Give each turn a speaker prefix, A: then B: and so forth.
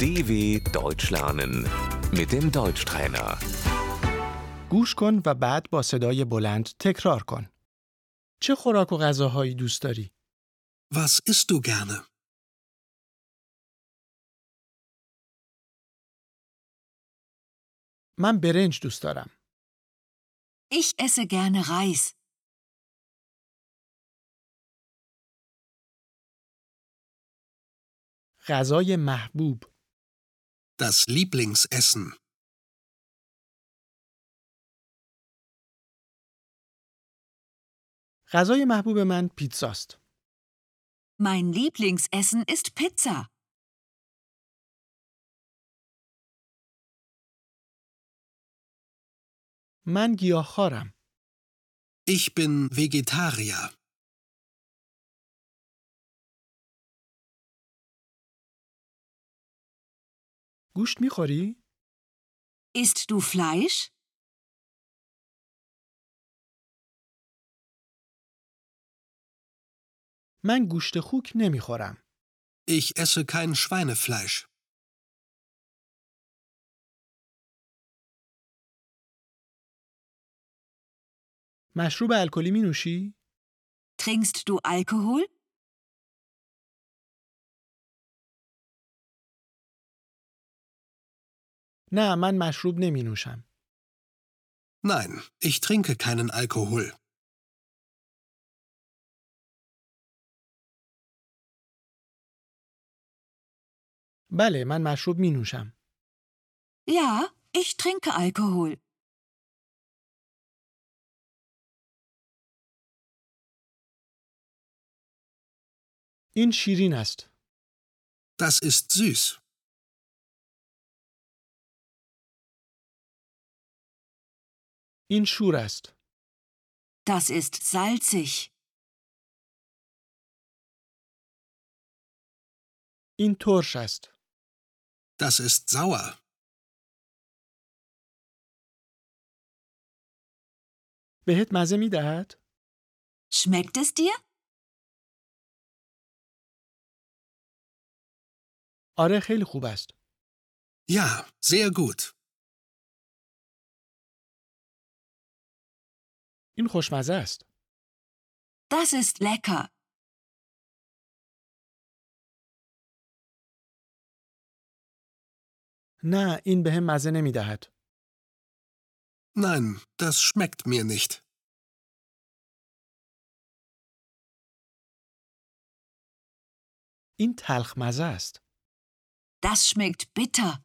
A: DW Deutsch lernen mit dem Deutschtrainer.
B: گوش کن و بعد با صدای بلند تکرار کن. چه خوراک و غذاهایی دوست داری؟
C: Was isst du gerne?
B: من برنج دوست دارم.
D: Ich esse gerne Reis.
B: غذای محبوب.
C: Das Lieblingsessen.
B: غذای محبوب من پیتزاست.
D: Mein Lieblingsessen ist Pizza.
B: من گیاهخوارم.
C: Ich bin Vegetarier.
B: گوشت میخوری؟
D: Isst du Fleisch?
B: من گوشت خوک نمیخورم.
C: Ich esse kein Schweinefleisch.
B: مشروب الکلی می نوشی؟
D: Trinkst du Alkohol?
B: نه من مشروب نمی نوشم.
C: Nein, ich trinke keinen Alkohol.
B: بله من مشروب می نوشم.
D: Ja, ich trinke Alkohol.
B: این شیرین است.
C: Das ist süß.
B: این شور است.
D: Das ist salzig.
B: این ترش است.
C: Das ist sauer.
B: بهت مزه می دهد؟
D: Schmeckt es dir?
B: آره خیلی خوب است.
C: Ja, sehr gut.
B: این خوشمزه است.
D: Das ist lecker.
B: نه این بهم مزه نمی دهد.
C: Nein, das schmeckt mir nicht.
B: این تلخ مزه است.
D: Das schmeckt bitter.